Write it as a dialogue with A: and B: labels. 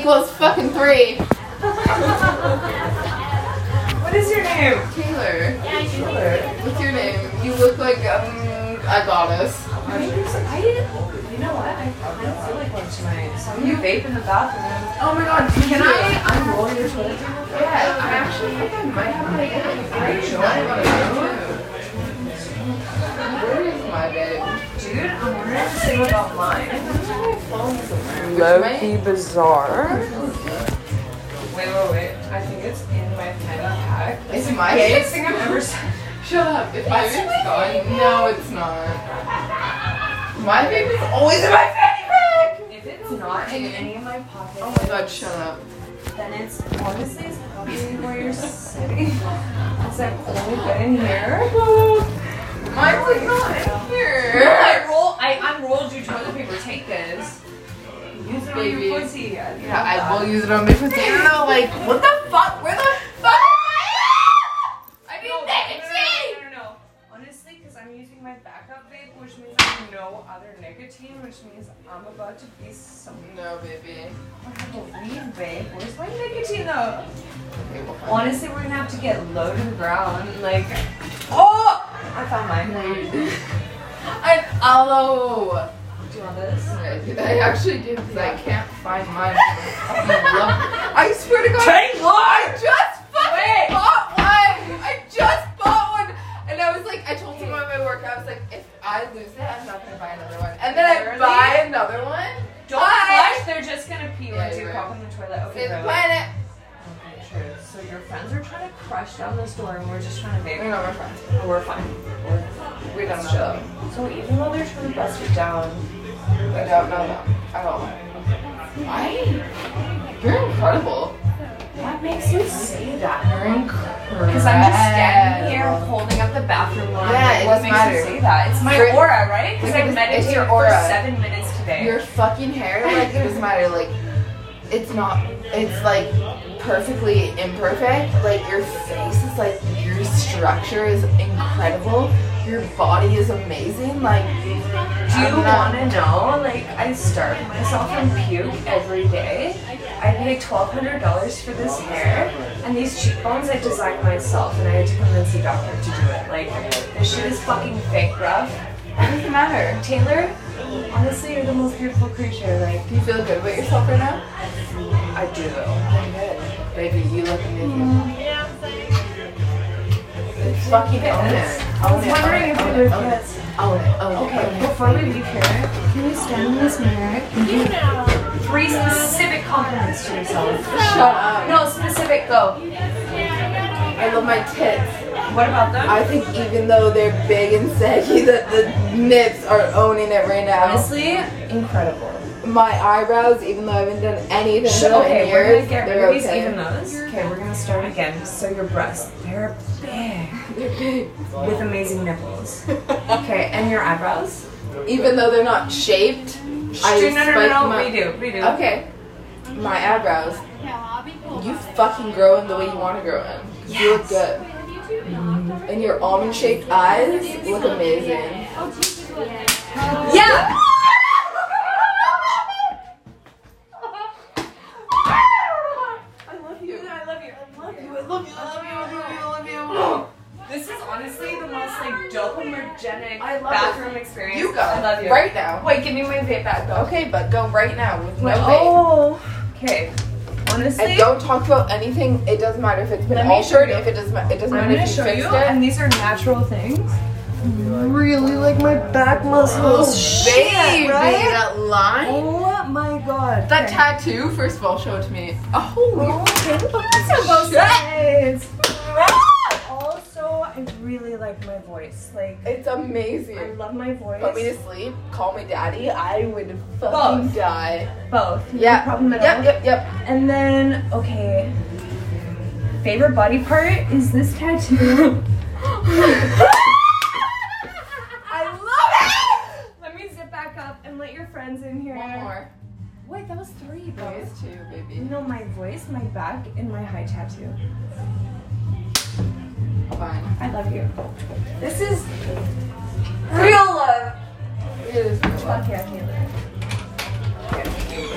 A: equals fucking three.
B: What is your name?
A: Taylor,
B: Taylor.
A: what's your name? You look like um, a goddess.
B: I think there's- I didn't. You know what? I I don't feel like one tonight. So I'm gonna vape in the bathroom.
A: Oh my god, can I?
B: I'm rolling your toilet paper.
A: Yeah, I actually think I might have an idea. Where is my vape?
B: Dude, I'm wondering the same about mine.
C: Low key bizarre.
B: Wait, wait, wait. I think it's in my pen pack. It's
A: Is it
B: the
A: my
B: gayest
A: vape?
B: thing I've ever said.
A: Shut up. If my vape's gone, no, it's not. My vape is always in my fanny pack.
B: If it's not in any of my pockets,
A: Oh my god, shut up.
B: then it's honestly it's probably where you're sitting. Because I've only been in here.
A: Mine was not in here.
B: I roll. I unrolled your toilet paper. Take this. Use it on
A: Baby.
B: your pussy.
A: Yeah, I will use it on my potato. Like, what the fuck? Where the fuck? I need
B: No, no,
A: nicotine.
B: no, no, no, no. Honestly, because I'm using my backup vape, which means I have no other nicotine, which means I'm about to be some
A: No, baby.
B: kind of weed vape. Where's my nicotine though?
A: Okay, we'll find
B: Honestly, we're gonna have to get low to the ground. Like, oh, I found mine.
A: it. An aloe.
B: Do you want this?
A: I actually do because I can't find mine. I swear to God.
B: Take
A: I just fucking bought one. I just bought one, and I was like, I told him on my work. I was like, if I lose it, I'm not gonna buy another one. And then I
B: Really?
A: buy another one.
B: Don't
A: Bye.
B: flush. They're just gonna pee
A: Yeah,
B: once you
A: you're
B: pop in the toilet. Okay,
A: Save the
B: Bella.
A: planet.
B: Okay, true. So your friends are trying to crush down this door, and we're just trying to
A: No,
B: vape.
A: no, we're fine.
B: Oh, we're fine.
A: We don't know.
B: Chill. So even though they're trying to bust it down, uh,
A: I don't know that at all. Why? You're incredible.
B: What makes you say that?
A: You're incredible.
B: Because I'm just standing here holding up the bathroom line.
A: Yeah, it
B: what
A: doesn't
B: makes
A: matter.
B: you say that? It's my
A: For-
B: aura, right? Because I
A: Because it's
B: meditated
A: your aura.
B: for seven minutes today.
A: Your fucking hair, like, it doesn't matter. Like, it's not, it's like perfectly imperfect. Like, your face is like, your structure is incredible. Your body is amazing. Like,
B: Do you
A: I'm not-
B: want to know? Like, I starve myself and puke every day. I paid twelve hundred dollars for this hair, and these cheekbones I designed myself, and I had to convince the doctor to do it. Like, this shit is fucking fake, rough.
A: It doesn't matter.
B: Taylor, honestly, you're the most beautiful creature. Like,
A: Do you feel good about yourself right now?
B: I do.
A: Good. Baby, you look amazing. Fucking own it.
B: I was wondering if we would get.
A: Own it. Own it.
B: Okay, before we leave here, can you stand in this mirror? Three specific compliments to yourself.
A: Shut up.
B: No, specific, go.
A: I love my tits.
B: What about them?
A: I think even though they're big and saggy, that the nips are owning it right now.
B: Honestly, incredible.
A: My eyebrows, even though I haven't done anything
B: Sh-
A: in
B: okay, we're
A: years,
B: gonna get rid
A: they're
B: of these
A: okay.
B: even those. Okay, we're gonna start again. So your breasts, they're big
A: They're big.
B: with amazing nipples. Okay, and your eyebrows?
A: even though they're not shaped, I
B: Dude, no, no, no,
A: spike
B: no,
A: my-
B: redo, redo.
A: Okay, my eyebrows. You fucking grow in the way you want to grow in. You look good, and your almond-shaped eyes look amazing. Yeah. I love you.
B: I love you. I love
A: I
B: you.
A: love you. I love you. I love
B: This is honestly the most like dopaminergenic
A: I love
B: bathroom
A: you.
B: experience.
A: You go.
B: I love you.
A: right now.
B: Wait, give me my vape back though.
A: Okay, but go right now with no vape.
B: oh. Okay. Honestly,
A: And don't talk about anything. It doesn't matter if it's been
B: Let me show
A: altered.
B: you.
A: If it doesn't, ma- it doesn't
B: I'm
A: matter
B: gonna
A: if you
B: show
A: fixed
B: you,
A: it.
B: and these are natural things.
C: Really like my back muscles.
A: Baby,
C: right?
A: that line,
B: Oh my god.
A: that
B: Okay.
A: tattoo. First of all, show it to me. Oh,
B: Oh, thank you. That's on both
A: Shit. Ah!
B: sides. Also, I really like my voice. Like,
A: it's
B: I
A: amazing.
B: love my voice.
A: Put me to sleep. Call me daddy. I would fucking
B: Both.
A: die.
B: both. No
A: Yeah.
B: problem at all.
A: Yep. Yep. Yep.
B: And then, okay. Favorite body part is this tattoo.
A: I love it.
B: let me zip back up and let your friends in here.
A: One more.
B: Wait, that was three, bro.
A: Those two,
B: You
A: baby.
B: know my voice, my back, and my high tattoo.
A: Fine.
B: I love you. This is real love.
A: It is my love.
B: Fuck yeah, Taylor.
A: Okay.